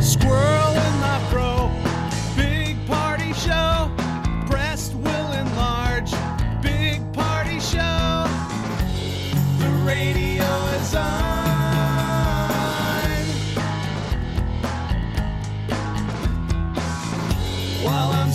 Squirrel in my fro, big party show. Breast will enlarge, big party show. The radio is on. While I'm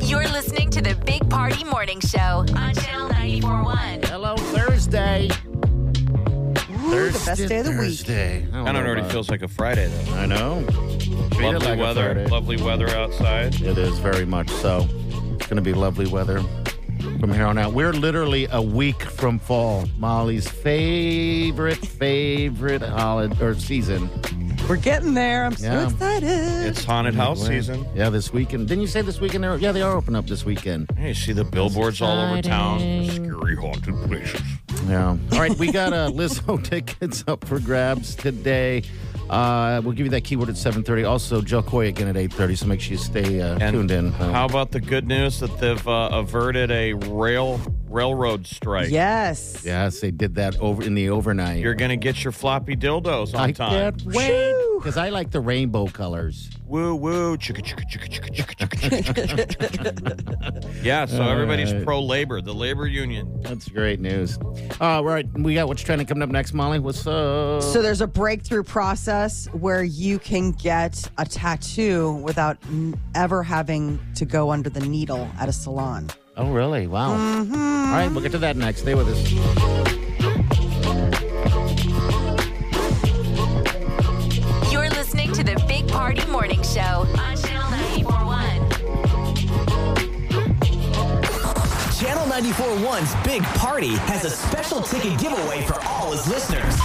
You're listening to the Big Party Morning Show on Channel 941. Hello, Thursday. the best day of the week. Thursday. I Kind know of already about- feels like a Friday though. I know. Treat it Lovely like a weather, Friday. lovely weather outside. It is very much so. It's going to be lovely weather from here on out. We're literally a week from fall, Molly's favorite, favorite holiday or season. We're getting there. I'm so Yeah. excited. It's haunted house season. Yeah, this weekend. Didn't you say this weekend? They're, yeah, they are open up this weekend. Hey, you see the billboards all over town. for Scary haunted places. Yeah. All right, we got uh, Lizzo tickets up for grabs today. Uh, we'll give you that keyword at 7.30. Also, Joe Coy again at 8.30, so make sure you stay uh, And tuned in. Uh, How about the good news that they've uh, averted a rail railroad strike? Yes. Yes, they did that over in the overnight. You're gonna get your floppy dildos on I time. can't wait because I like the rainbow colors. Woo woo. Chicka, chicka, chicka, chicka, chicka, chicka, chicka, chicka, chicka. yeah, so everybody's pro labor, the labor union. That's great news. Uh, right, we got what's trending coming up next, Molly. What's up? So there's a breakthrough process where you can get a tattoo without n- ever having to go under the needle at a salon. oh, really? Wow. All right, we'll get to that next. Stay with us. You're listening to the Big Party Morning Show on Channel 941. Channel 941's Big Party has a special ticket giveaway for all his listeners.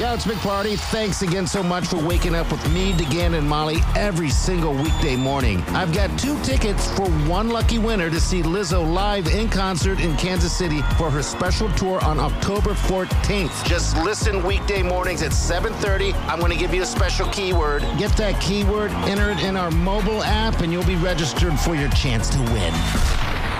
Yeah, it's Big Party. Thanks again so much for waking up with me, DeGan, and Molly every single weekday morning. I've got two tickets for one lucky winner to see Lizzo live in concert in Kansas City for her special tour on October 14th. Just listen weekday mornings at 7.30. I'm going to give you a special keyword. Get that keyword, enter it in our mobile app, and you'll be registered for your chance to win.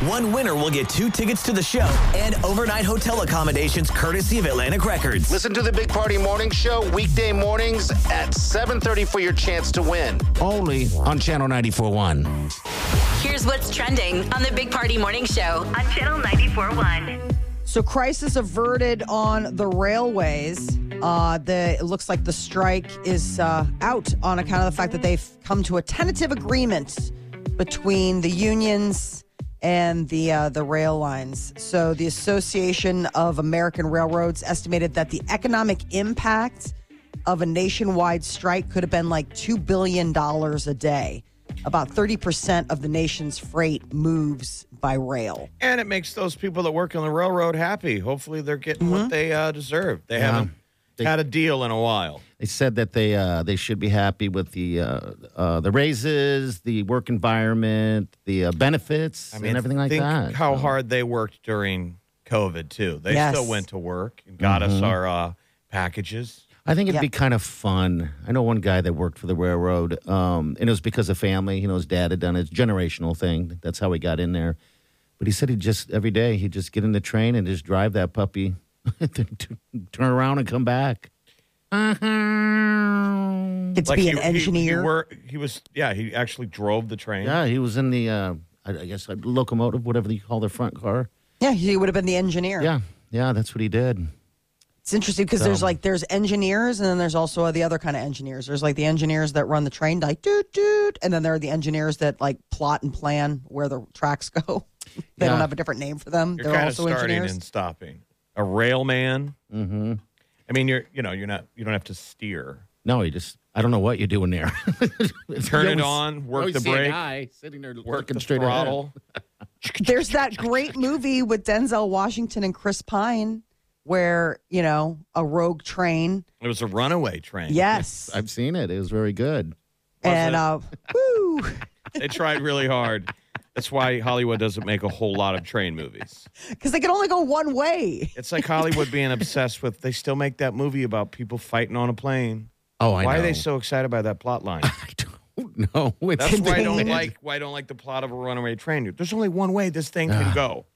One winner will get two tickets to the show and overnight hotel accommodations courtesy of Atlantic Records. Listen to the Big Party Morning Show weekday mornings at 7.30 for your chance to win. Only on Channel 94.1. Here's what's trending on the Big Party Morning Show on Channel 941. So crisis averted on the railways. Uh, the it looks like the strike is uh, out on account of the fact that they've come to a tentative agreement between the unions and the uh, the rail lines. So the Association of American Railroads estimated that the economic impact of a nationwide strike could have been like two billion dollars a day. About thirty percent of the nation's freight moves by rail. And it makes those people that work on the railroad happy. Hopefully they're getting Mm-hmm. what they uh, deserve. They haven't had a deal in a while. They said that they uh, they should be happy with the uh, uh, the raises, the work environment, the uh, benefits, and everything like think that. How hard they worked during COVID too. They Yes. still went to work and got us our uh, packages. I think it'd Yeah. be kind of fun. I know one guy that worked for the railroad, um, and it was because of family. You know, his dad had done his generational thing. That's how he got in there. But he said he just every day he'd just get in the train and just drive that puppy, then t- turn around and come back. It's be an he- he- engineer. He, were, he was, yeah, he actually drove the train. Yeah, he was in the, uh, I I guess, like, locomotive, whatever they call their front car. yeah, he would have been the engineer. Yeah, yeah, that's what he did. It's interesting because there's like there's engineers and then there's also the other kind of engineers. There's like the engineers that run the train, like doot doot, and then there are the engineers that like plot and plan where the tracks go. they Yeah. don't have a different name for them. You're They're kind of also starting engineers. and stopping. A railman. Mm-hmm. I mean, you're, you know, you're not, you don't have to steer. No, he just, I don't know what you're doing there. Turn it on, work the brake, sitting there work looking the straight ahead. throttle. There's that great movie with Denzel Washington and Chris Pine where, you know, a rogue train. It was a runaway train. Yes. I've seen it. It was very good. and uh woo. They tried really hard. That's why Hollywood doesn't make a whole lot of train movies. Cuz they can only go one way. It's like Hollywood being obsessed with, they still make that movie about people fighting on a plane. Oh, I why know. are they so excited by that plot line? I don't know. It's That's why I insane. don't like why I don't like the plot of a runaway train. There's only one way this thing can go.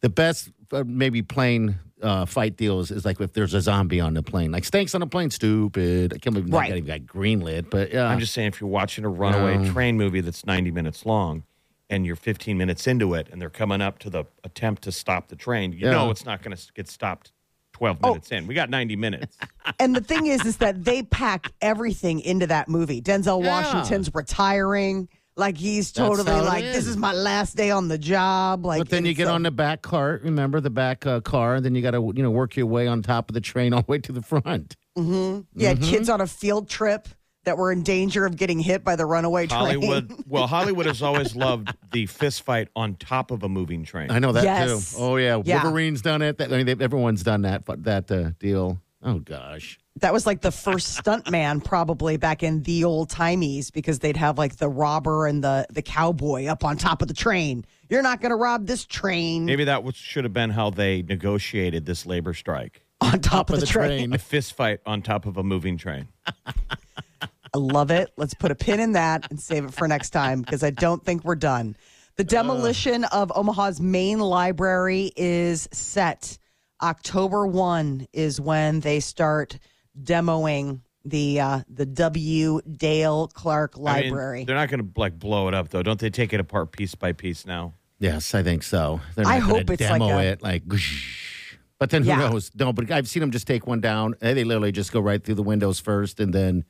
the best uh, maybe plane uh, fight deals is like if there's a zombie on the plane, like snakes on a plane. Stupid. I can't believe Right. that even got greenlit. But uh, yeah, I'm just saying, if you're watching a runaway train movie that's 90 minutes long, and you're 15 minutes into it, and they're coming up to the attempt to stop the train, you Yeah. Oh. know it's not going to get stopped 12 minutes in. We got 90 minutes. And the thing is is that they packed everything into that movie. Denzel Yeah. Washington's retiring. Like he's totally how it like this is. is my last day on the job. Like but then and you get so- on the back cart. Remember the back uh, car. Then you got to you know work your way on top of the train all the way to the front. you Mm-hmm. had kids on a field trip that were in danger of getting hit by the runaway train. Hollywood, well, Hollywood has always loved the fist fight on top of a moving train. I know that Yes. too. Oh yeah. Yeah. Wolverine's done it. That, I mean, they, everyone's done that fu- that uh, deal. Oh gosh. That was like the first stuntman, probably back in the old timeies, because they'd have like the robber and the the cowboy up on top of the train. You're not going to rob this train Maybe that was, should have been how they negotiated this labor strike. on top, of For the, train. A fist fight on top of a moving train. I love it. Let's put a pin in that and save it for next time because I don't think we're done. The demolition of Omaha's main library is set. October 1 is when they start demoing the uh, the W. Dale Clark I mean, Library. they're not going to like blow it up though. Don't they take it apart piece by piece now? Yes, I think so. They're not I gonna hope it's like demo a- it like. whoosh. But then who Yeah. knows? No, but I've seen them just take one down. and They literally just go right through the windows first, and then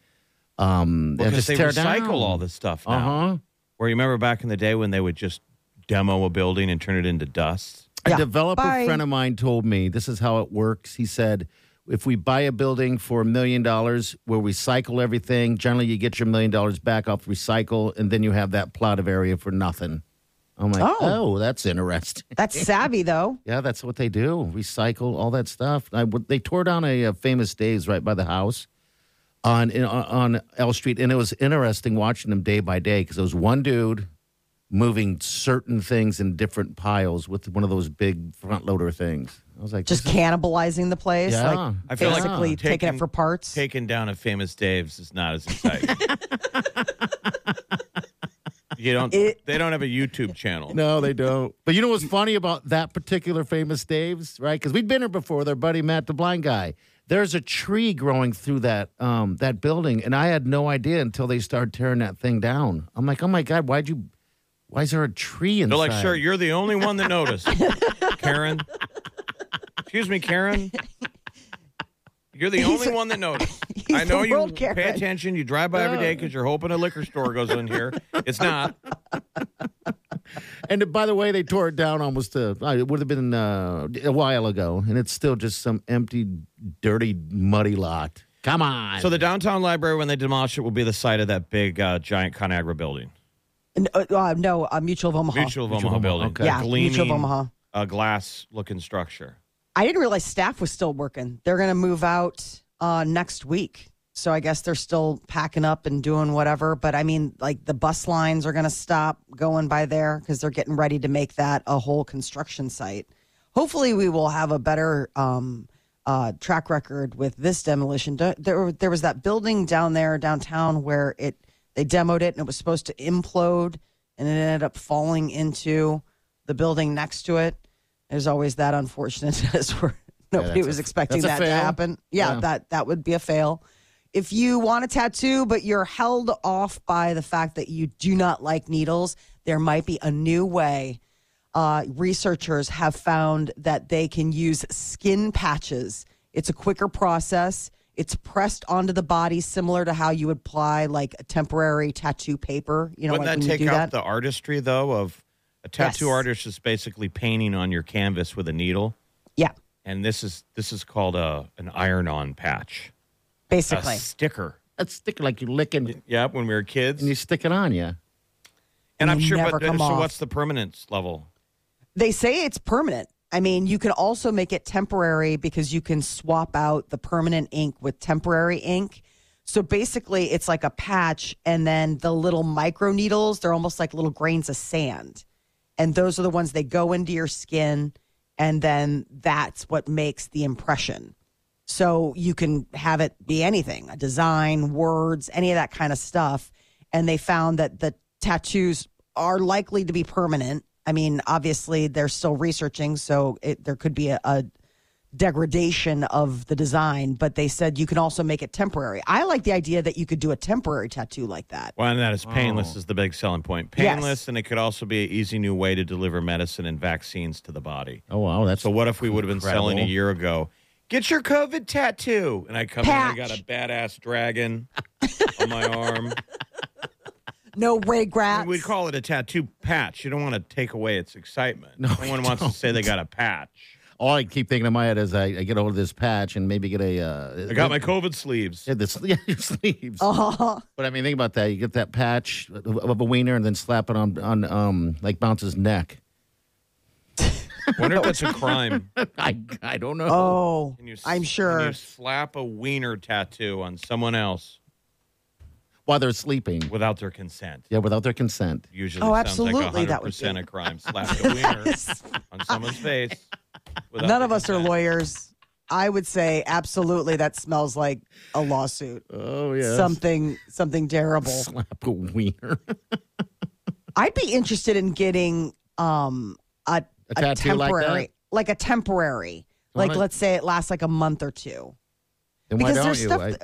um, they'll Because just they tear recycle down. all this stuff now. Uh huh. Where you remember back in the day when they would just demo a building and turn it into dust? Yeah. A developer Bye. friend of mine told me this is how it works. He said, if we buy a building for a million dollars, we'll recycle everything. Generally, you get your million dollars back off recycle, and then you have that plot of area for nothing. I'm like, Oh. oh that's interesting. That's savvy, though. Yeah, that's what they do. Recycle all that stuff. I, would- they tore down a, uh famous days right by the house on in, on L Street, and it was interesting watching them day by day because it was one dude moving certain things in different piles with one of those big front loader things. I was like, Just this is- cannibalizing the place. Yeah. Like, I feel like basically taking, it taking- for parts. Taking down a famous Dave's is not as exciting. you don't. It- they don't have a YouTube channel. No, they don't. But you know what's funny about that particular famous Dave's, right? Because we've been here before. Their buddy Matt, the blind guy. There's a tree growing through that um, that building, and I had no idea until they started tearing that thing down. I'm like, oh my god, why'd you? Why is there a tree inside? They're like, sure, you're the only one that noticed, Karen. Excuse me, Karen. You're the only one that noticed. he's I know the you world Karen. pay attention. You drive by every day because you're hoping a liquor store goes in here. It's not. And by the way, they tore it down almost. Uh, it would have been uh, a while ago, and it's still just some empty, dirty, muddy lot. Come on. So the downtown library, when they demolish it, will be the site of that big uh, giant Conagra building, N- uh, uh, no, uh, Mutual of Omaha. Mutual of Omaha building. okay. Yeah, gleaming, Mutual of Omaha. A glass-looking structure. I didn't realize staff was still working. They're going to move out uh, next week. So I guess they're still packing up and doing whatever. But I mean, like the bus lines are going to stop going by there because they're getting ready to make that a whole construction site. Hopefully, we will have a better um, uh, track record with this demolition. Da- There, there was that building down there downtown where it they demoed it and it was supposed to implode, and it ended up falling into the building next to it. There's always that unfortunate where nobody that's was a- expecting that's a that to fail. happen. Yeah, Yeah. that that would be a fail. If you want a tattoo, but you're held off by the fact that you do not like needles, there might be a new way. Uh, researchers have found that they can use skin patches. It's a quicker process. It's pressed onto the body, similar to how you would apply like a temporary tattoo paper. You know, Wouldn't like that when take you do out that. the artistry though of a tattoo Yes. artist is basically painting on your canvas with a needle, yeah, and this is this is called a an iron-on patch, a basically. sticker. That's stick like you licking Yeah, when we were kids, and you stick it on you. and I'm They sure. never But come so, off. what's the permanence level? They say it's permanent. I mean, you can also make it temporary because you can swap out the permanent ink with temporary ink. So basically, it's like a patch, and then the little micro needles, they're almost like little grains of sand. And those are the ones they go into your skin, and then that's what makes the impression. So you can have it be anything a design, words, any of that kind of stuff. And they found that the tattoos are likely to be permanent. I mean, obviously, they're still researching, so it, there could be a, a degradation of the design, but they said you can also make it temporary. I like the idea that you could do a temporary tattoo like that. Well, and that is painless is the big selling point. Yes. Painless, and it could also be an easy new way to deliver medicine and vaccines to the body. Oh wow, that's So what if we would have been selling a Incredible. year ago? Get your COVID tattoo, and I come in and I got Patch. a badass dragon on my arm. No Ray Gratz. We'd call it a tattoo patch. You don't want to take away its excitement. No one wants to say they got a patch. all I keep thinking in my head is I, I get hold of this patch and maybe get a. Uh, I got my COVID sleeves. Yeah, the sle- your sleeves. Uh-huh. But I mean, think about that. You get that patch of of a wiener and then slap it on on um like Bounce's neck. Wonder if that's a crime. I I don't know. Oh, Can you s- I'm Can sure. you slap a wiener tattoo on someone else While they're sleeping, without their consent. yeah, without their consent. Usually Oh, sounds absolutely, like that would 100% a crime. Slap a wiener on someone's face. without None their of us are consent. lawyers. I would say absolutely that smells like a lawsuit. Oh yeah, Something something terrible. slap a wiener. I'd be interested in getting um a, A tattoo like that? temporary like, a temporary. Why Like not? let's say it lasts like a month or two. Then why Because don't there's you? stuff I- th-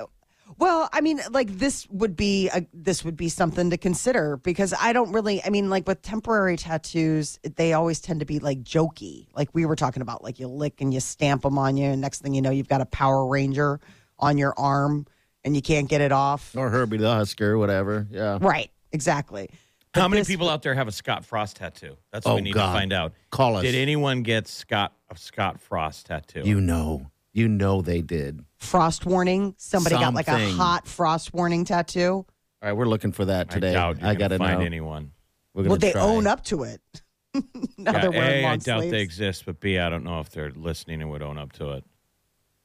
well, I mean, like this would be a, this would be something to consider because I don't really. I mean, like with temporary tattoos, they always tend to be like jokey, like we were talking about. Like you lick and you stamp them on you, and next thing you know, you've got a Power Ranger on your arm, and you can't get it off. or Herbie the Husker, whatever. Yeah. Right? Exactly. How many this- people out there have a Scott Frost tattoo? That's what Oh, we need God. to find out. Call us. Did anyone get Scott a Scott Frost tattoo? You know, you know they did. Frost warning. Somebody got like a Something. hot frost warning tattoo. All right, we're looking for that I today. doubt you're I gonna gotta find know. anyone. We're gonna Well, they try. own up to it. now Yeah, they're wearing A, I long doubt sleeves. they exist, but B, I don't know if they're listening and would own up to it.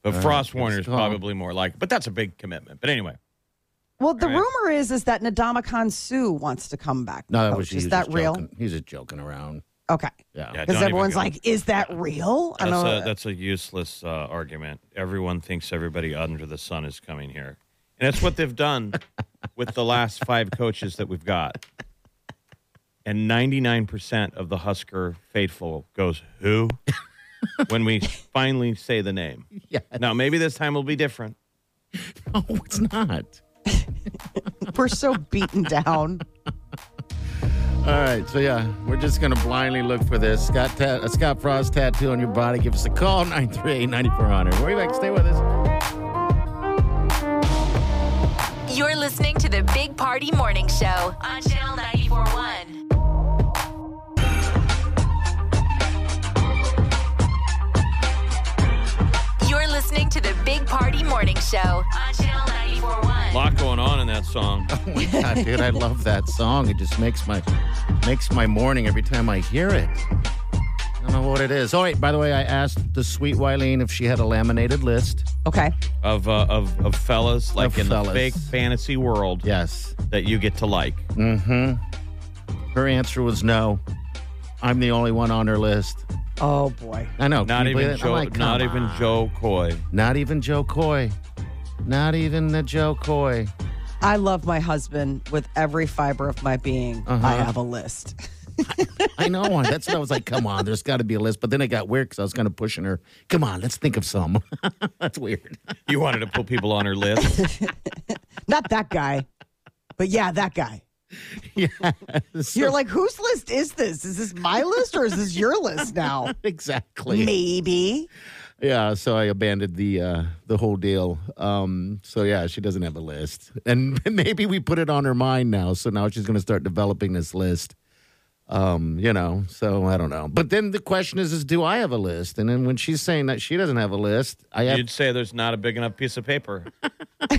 But Uh, Frost good Warner is call. probably more like, but that's a big commitment. But anyway, Well, the Right. rumor is is that Nadamakan Sue wants to come back. No, that coach. was Oh, is he's that just real? Joking. He's just joking around. Okay, Yeah. Yeah, don't because even everyone's go. like, "Is that real?" I that's don't a, know. that's a useless uh, argument. Everyone thinks everybody under the sun is coming here, and that's what they've done with the last five coaches that we've got. And ninety nine percent of the Husker faithful goes who when we finally say the name. Yeah. Now maybe this time will be different. No, it's not. We're so beaten down. All right, so yeah, we're just gonna blindly look for this Scott ta- a Scott Frost tattoo on your body. Give us a call 938-9400. We'll be back. Stay with us. You're listening to the Big Party Morning Show on Channel 941. You're listening to the Big Party Morning Show on Channel 941. A lot going on in that song. Oh my god, dude, I love that song. It just makes my makes my morning every time I hear it. I don't know what it is. All right, by the way, I asked the sweet Wileen if she had a laminated list. Okay, of uh, of of fellas like in the fellas. fake fantasy world Yes. that you get to like. Her answer was no. I'm the only one on her list. Oh boy. I know. can Not you believe even it? I'm Joe. like, come not even on. Joe Coy. Not even Joe Coy. Not even the Joe Coy. I love my husband with every fiber of my being. I have a list. I know. That's what I was like. Come on, there's got to be a list. But then it got weird because I was kind of pushing her. Come on, let's think of some. That's weird. You wanted to put people on her list. Not that guy, but yeah, that guy. yeah. You're like, whose list is this? Is this my list or is this your list now? exactly. Maybe. Yeah. So I abandoned the uh, the whole deal. Um, so yeah, she doesn't have a list, and maybe we put it on her mind now. So now she's going to start developing this list. Um, you know. So I don't know. But then the question is: Is do I have a list? And then when she's saying that she doesn't have a list, I have You'd say there's not a big enough piece of paper.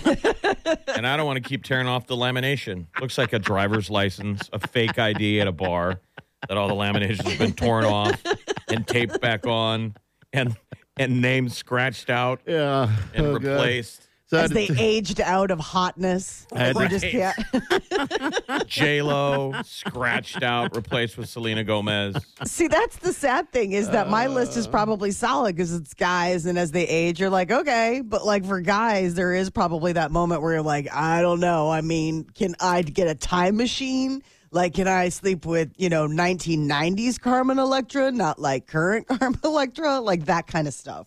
and I don't want to keep tearing off the lamination. Looks like a driver's license, a fake ID at a bar that all the lamination's been torn off and taped back on and and names scratched out yeah and oh, God. replaced. So I As had to they aged out of hotness. I had to- You just can't. J Lo scratched out, replaced with Selena Gomez. See, that's the sad thing is that my list is probably solid because it's guys, and as they age, you're like, okay. But like for guys, there is probably that moment where you're like, I don't know. I mean, can I get a time machine? Like, can I sleep with, you know, 1990s Carmen Electra, not like current Carmen Electra? Like that kind of stuff.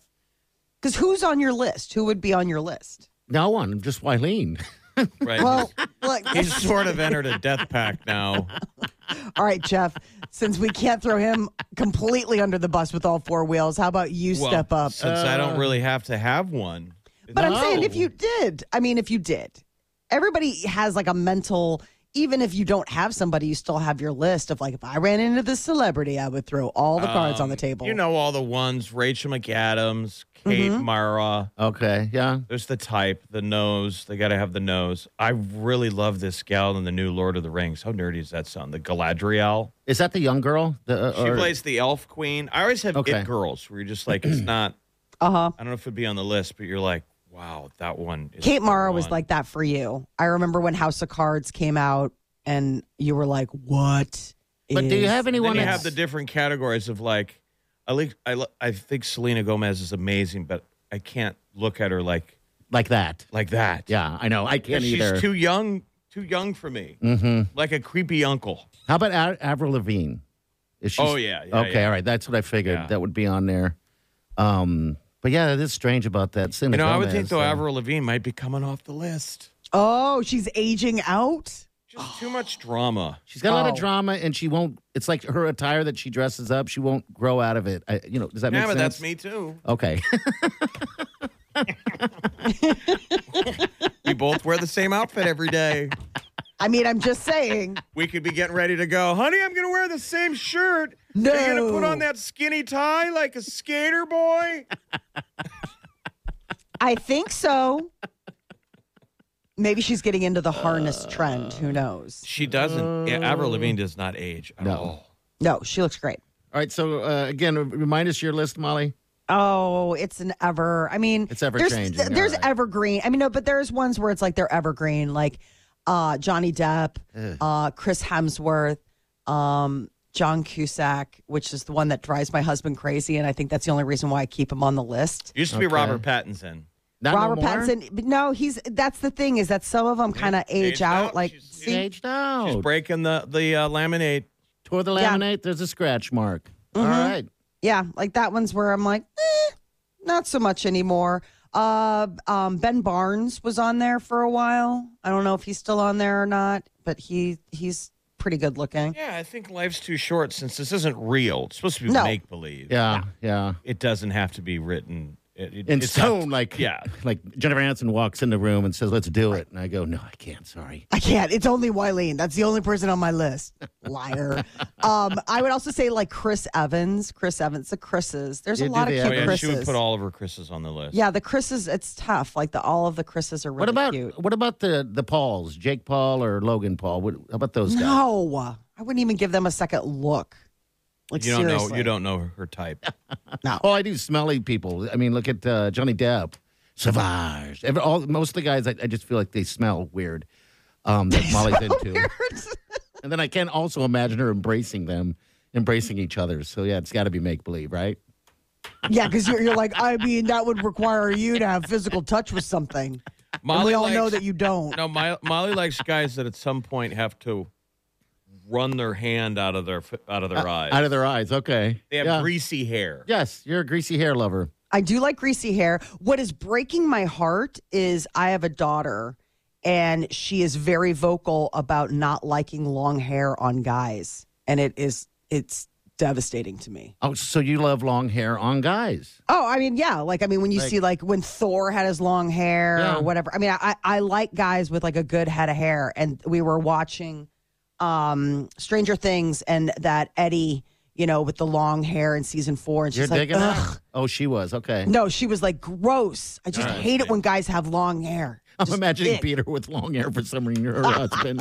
Because who's on your list? Who would be on your list? No one, just Wileen. Right. Well, like, He's sort of entered a death pact now. all right, Jeff, since we can't throw him completely under the bus with all four wheels, how about you Well, step up? Uh. Since I don't really have to have one. But I'm saying if No. you did, I mean, if you did, everybody has like a mental, even if you don't have somebody, you still have your list of like, if I ran into this celebrity, I would throw all the cards on the table. Um, You know all the ones Rachel McAdams, Kate Mm-hmm. Mara. Okay, yeah. There's the type, the nose. They got to have the nose. I really love this gal in the new Lord of the Rings. How nerdy does that sound? The Galadriel. Is that the young girl? The, uh, She or- plays the elf queen. I always have Okay. it girls where you're just like, it's not, Uh huh. I don't know if it'd be on the list, but you're like, wow, that one. Is Kate the Mara was one. like that for you. I remember when House of Cards came out and you were like, what? But do you is have And anyone Then you that's have the different categories of like, I like, I, lo- I think Selena Gomez is amazing, but I can't look at her like like that? like that. Yeah, Mm-hmm. I know. I can't she's either. too young, too young for me. Like a creepy uncle. How about A- Avril Lavigne? Is she Oh, yeah, yeah, okay, yeah. all right. That's what I figured. Yeah. That would be on there. Um, but yeah, it is strange about that. Selena You know, I would think Gomez, though uh, Avril Lavigne might be coming off the list. Oh, she's aging out? Just too much Oh. drama. She's got a lot of Oh. drama, and she won't. It's like her attire that she dresses up. She won't grow out of it. I, you know, does that yeah, make but sense? that's me too. Okay. We both wear the same outfit every day. I mean, I'm just saying. We could be getting ready to go, honey. I'm gonna wear the same shirt. You're gonna put No. on that skinny tie like a skater boy. I think so. Maybe she's getting into the harness trend. Uh, Who knows? She doesn't. Yeah, Avril Lavigne does not age at Oh. No. all. No, she looks great. all right. So uh, again, remind us your list, Molly. Oh, it's an ever. I mean, It's ever there's, changing, th- all There's right. evergreen. I mean, no, but there's ones where it's like they're evergreen, like uh, Johnny Depp, uh, Chris Hemsworth, um, John Cusack, which is the one that drives my husband crazy, and I think that's the only reason why I keep him on the list. Used to be Okay. Robert Pattinson. Not no Robert more? Pattinson. but No, he's that's the thing is that some of them kind of age, aged out. out. Like, She's- She see, aged out. She's breaking the the uh, laminate. Tore the Yeah. Mm-hmm. laminate. There's a scratch mark. All right. yeah, like that one's where I'm like, eh, not so much anymore. Uh, um, Ben Barnes was on there for a while. I don't know if he's still on there or not, but he he's pretty good looking. Yeah, I think life's too short since this isn't real. It's supposed to be No. make believe. Yeah. Yeah. it doesn't have to be written it, it, In it's not- stone, like yeah. like Jennifer Aniston walks in the room and says, "Let's do it," and I go, "No, I can't. Sorry." I can't. It's only Wileen. That's the only person on my list. Liar. um, I would also say like Chris Evans. Chris Evans. The Chris's. There's You a do lot of the cute Oh, yeah, she would Chris's. put all of her Chris's on the list. yeah, the Chris's. It's tough. Like the all of the Chris's are really what about cute. what about the the Pauls, Jake Paul or Logan Paul? What, how about those guys? No, I wouldn't even give them a second look. Like you don't seriously. know. You don't know her type. Oh, I do smelly people. I mean, look at uh, Johnny Depp, Savage. Every, all most of the guys, I, I just feel like they smell weird. Um, that Molly's into, and then I can also imagine her embracing them, embracing each other. So yeah, it's got to be make believe, right? Yeah, because you're, you're like, I mean, that would require you to have physical touch with something. And Molly we all likes, know that you don't. No, My, Molly likes guys that at some point have to run their hand out of their out of their eyes. Out of their eyes. Okay. they have yeah. greasy hair. Yes, you're a greasy hair lover. I do like greasy hair. What is breaking my heart is I have a daughter and she is very vocal about not liking long hair on guys. And it is it's devastating to me. Oh, so you love long hair on guys. Oh, I mean, yeah. Like I mean when you see like when Thor had his long hair Yeah. or whatever. I mean, I I like guys with like a good head of hair and we were watching um Stranger Things and that Eddie, you know, with the long hair in season 4 and You're she's like, digging "Ugh." that? Oh, she was. Okay. No, she was like, gross. I just All right. hate it when guys have long hair. I'm Just imagining ick. Peter with long hair for some reason. Her husband.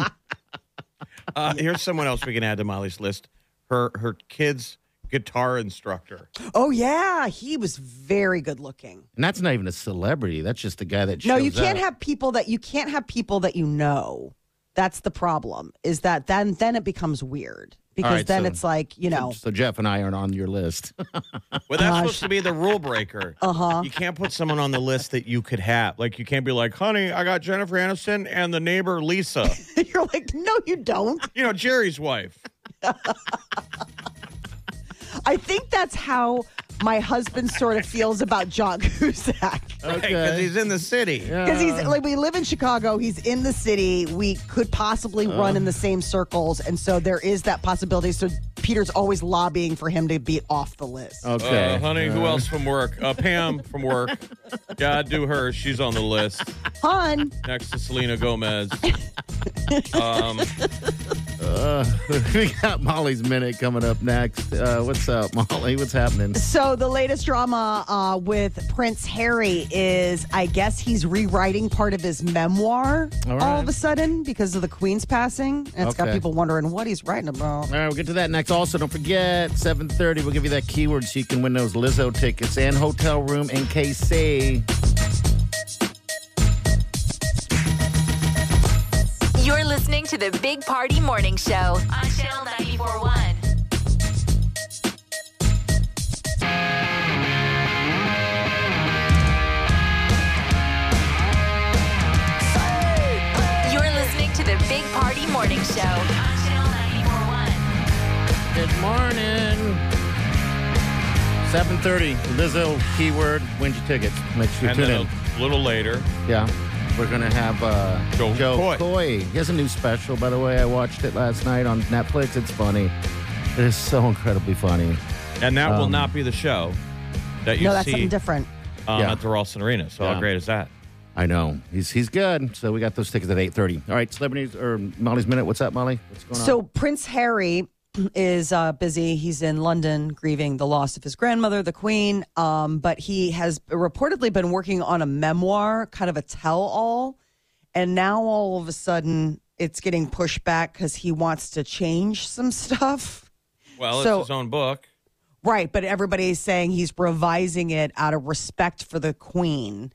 Uh, Here's someone else we can add to Molly's list. Her her kids guitar instructor. Oh, yeah. He was very good looking. And that's not even a celebrity. That's just the guy that No, you shows can't up. have people that you can't have people that you know. That's the problem is that then then it becomes weird because right, then so- it's like, you know, So Jeff and I aren't on your list. Well, that's supposed to be the rule breaker. Uh huh. You can't put someone on the list that you could have. Like you can't be like, honey, I got Jennifer Aniston and the neighbor Lisa. you're like, no, you don't. you know Jerry's wife. I think that's how my husband sort of feels about John Cusack. Okay, because he's in the city. Because he's Uh. like we live in Chicago, he's in the city. We could possibly Uh. run in the same circles, and so there is that possibility. So Peter's always lobbying for him to be off the list. Okay. Uh-huh. Uh, honey, who else from work? Uh, Pam from work. Yeah, I do her. She's on the list Hun, next to Selena Gomez. Um, we got Molly's minute coming up next. Uh, what's up, Molly? What's happening? so the latest drama uh, with Prince Harry is, I guess he's rewriting part of his memoir all, All right. of a sudden because of the Queen's passing, and it's got Okay. people wondering what he's writing about. All right, we'll get to that next. Also, don't forget, 7.30, we'll give you that keyword so you can win those Lizzo tickets and hotel room in KC. You're listening to the Big Party Morning Show on Channel 941. You're listening to the Big Party Morning Show on Channel 941. Good morning. 7.30, Lizzo keyword, wins your tickets. Make sure you and tune then in. a little later, Yeah. We're going to have uh, Joe Coy. Coy. He has a new special, by the way. I watched it last night on Netflix. It's funny. It is so incredibly funny. and that will Um, not be the show that you No, that's see something different. um, Yeah. at the Ralston Arena. So Yeah. how great is that? I know. He's he's good. So we got those tickets at 8.30. All right, celebrities or Molly's Minute. What's up, Molly? What's going on? So Prince Harry is uh, busy. He's in London grieving the loss of his grandmother, the Queen. Um, but he has reportedly been working on a memoir, kind of a tell-all, and now all of a sudden it's getting pushed back because he wants to change some stuff. Well, So- it's his own book. Right, but everybody's saying he's revising it out of respect for the Queen.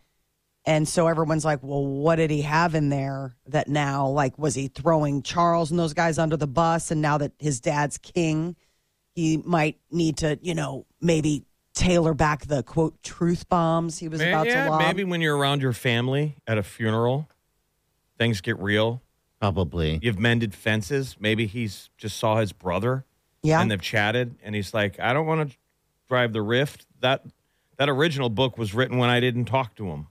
And so everyone's like, well, what did he have in there that now, like, was he throwing Charles and those guys under the bus? And now that his dad's king, he might need to, you know, maybe tailor back the quote truth bombs he was May- about yeah, to lob. maybe when you're around your family at a funeral, things get real. Probably. You've mended fences. Maybe he's just saw his brother Yeah. and they've chatted and he's like i don't want to drive the rift that that original book was written when i didn't talk to him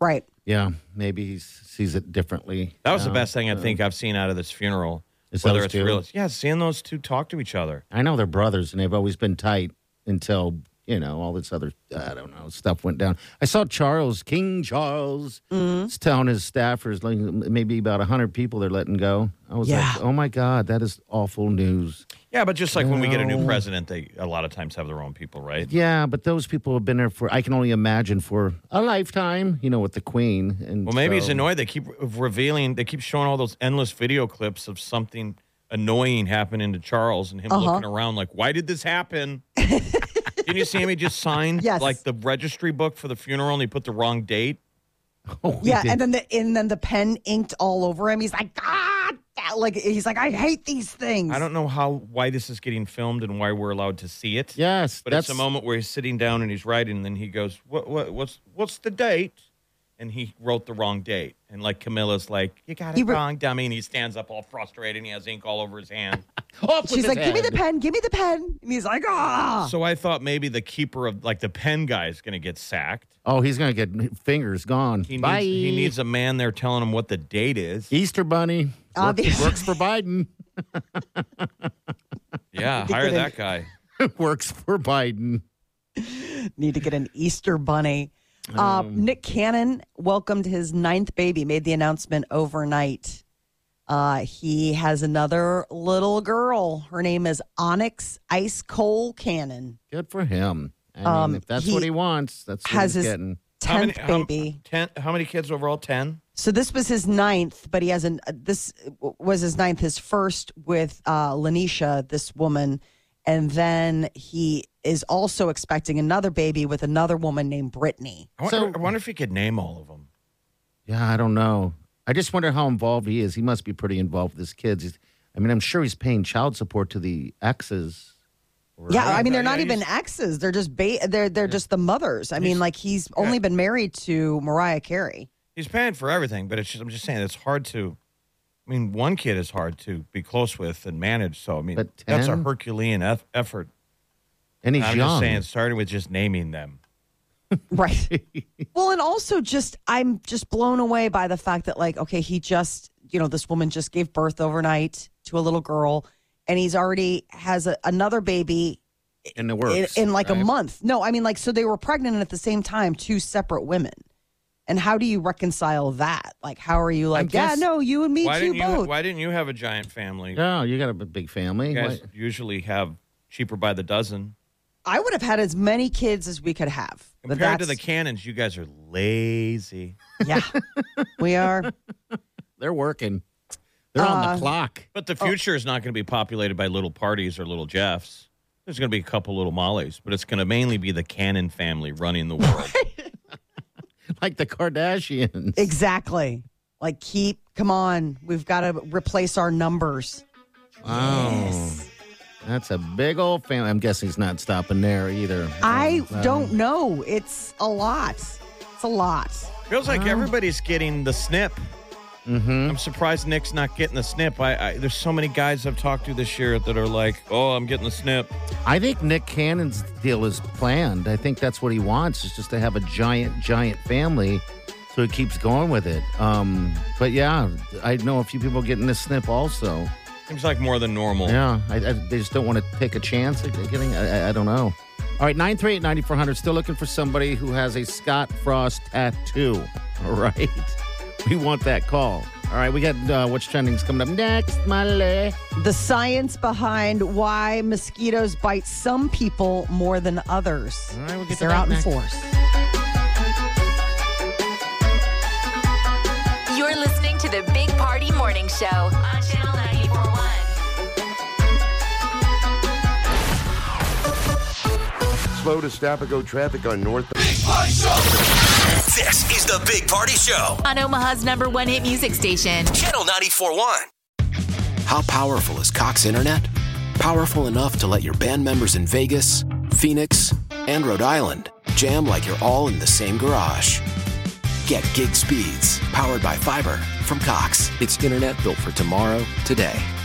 right. Yeah, maybe he s- sees it differently. that was the now. best thing i think i've seen out of this funeral Oh, Is whether those it's two? real yeah seeing those two talk to each other I know they're brothers, and they've always been tight until you know all this other I don't know stuff went down. I saw Charles King Charles Mm-hmm. is telling his staffers like maybe about hundred people they're letting go. I was Yeah. like, oh my god, that is awful news. yeah but just like when we get a new No. president they a lot of times have their own people right Yeah, but those people have been there for I can only imagine for a lifetime. You know, with the Queen. And well maybe he's so- annoyed they keep revealing they keep showing all those endless video clips of something annoying happening to charles and him looking around like why did this happen didn't you see him he just signed Yes. like the registry book for the funeral and he put the wrong date Oh, he Yeah. did. And then the and then the pen inked all over him. He's like, God, like he's like, I hate these things. I don't know how why this is getting filmed and why we're allowed to see it. yes, but that's it's a moment where he's sitting down and he's writing, and then he goes, "What? What? What's? What's the date?" And he wrote the wrong date. And like Camilla's like, "You got it He wrote- wrong, dummy." And he stands up all frustrated. and He has ink all over his hand. Off with She's his like, give me head." the pen, give me the pen. And he's like, ah. So I thought maybe the keeper of like the pen guy is going to get sacked. Oh, he's gonna get fingers gone. He Bye. needs, he needs a man there telling him what the date is. Easter Bunny works, Obviously. works for Biden. Yeah, They hire couldn't- that guy. works for Biden. Need to get an Easter bunny. Uh, Um. Nick Cannon welcomed his ninth baby, made the announcement overnight. Uh, he has another little girl. Her name is Onyx Ice Coal Cannon. Good for him. I mean, Um, if that's he what he wants, that's what has he's his- getting. How many- Tenth how- baby. ten, how many kids overall? Ten. So this was his ninth, but he has an uh, this was his ninth, his first with uh, Lanisha, this woman, and then he is also expecting another baby with another woman named Brittany. I wonder, So- I wonder if he could name all of them. Yeah, I don't know. I just wonder how involved he is. He must be pretty involved with his kids. He's, I mean, I'm sure he's paying child support to the exes. Yeah, I mean they're not Yeah, he's- even exes; they're just ba- they're they're just the mothers. I mean, like he's only been married to Mariah Carey. He's paying for everything, but it's just, I'm just saying it's hard to. I mean, one kid is hard to be close with and manage. So I mean, But that's a 10? Herculean eff- effort. And he's I'm young. just saying, starting with just naming them. Right. well, and also just I'm just blown away by the fact that like okay, he just, you know, this woman just gave birth overnight to a little girl and he's already has a, another baby in the in, works. in like a right? month. No, I mean like so they were pregnant and at the same time two separate women. And how do you reconcile that? Like how are you like, guess- yeah, no, you and me why too didn't you? both. Why didn't you have a giant family? Yeah, you got a big family. You guys Why- usually have cheaper by the dozen. I would have had as many kids as we could have. But Compared to the that's- cannons, you guys are lazy. Yeah. we are They're working. They're on Uh, the clock. But the Oh. future is not going to be populated by little parties or little Jeffs. There's going to be a couple little Mollies, but it's going to mainly be the Cannon family running the world. Like the Kardashians. Exactly. Like, keep, come on. We've got to replace our numbers. Wow. That's a big old family. I'm guessing he's not stopping there either. I Um, don't know. It's a lot. It's a lot. Feels like everybody's getting the snip. I'm surprised Nick's not getting the snip. I, I there's so many guys I've talked to this year that are like, "Oh, I'm getting the snip." I think Nick Cannon's deal is planned. I think that's what he wants is just to have a giant, giant family, so he keeps going with it. Um, but yeah, I know a few people getting this snip also. Seems like more than normal. Yeah, I, I, they just don't want to take a chance at getting. I, I, I don't know. All right, 938 9400. Still looking for somebody who has a Scott Frost tattoo. All right. We want that call. All right, we got uh, what's trending's coming up next, Molly. The science behind why mosquitoes bite some people more than others. All right, we'll get to They're that out next. in force. You're listening to the Big Party Morning Show on Channel 941. Slow to Stapago traffic on North. This is the Big Party Show, On Omaha's number one hit music station. Channel 941. How powerful is Cox Internet? Powerful enough to let your band members in Vegas, Phoenix, and Rhode Island jam like you're all in the same garage. Get gig speeds powered by fiber from Cox. It's internet built for tomorrow, today.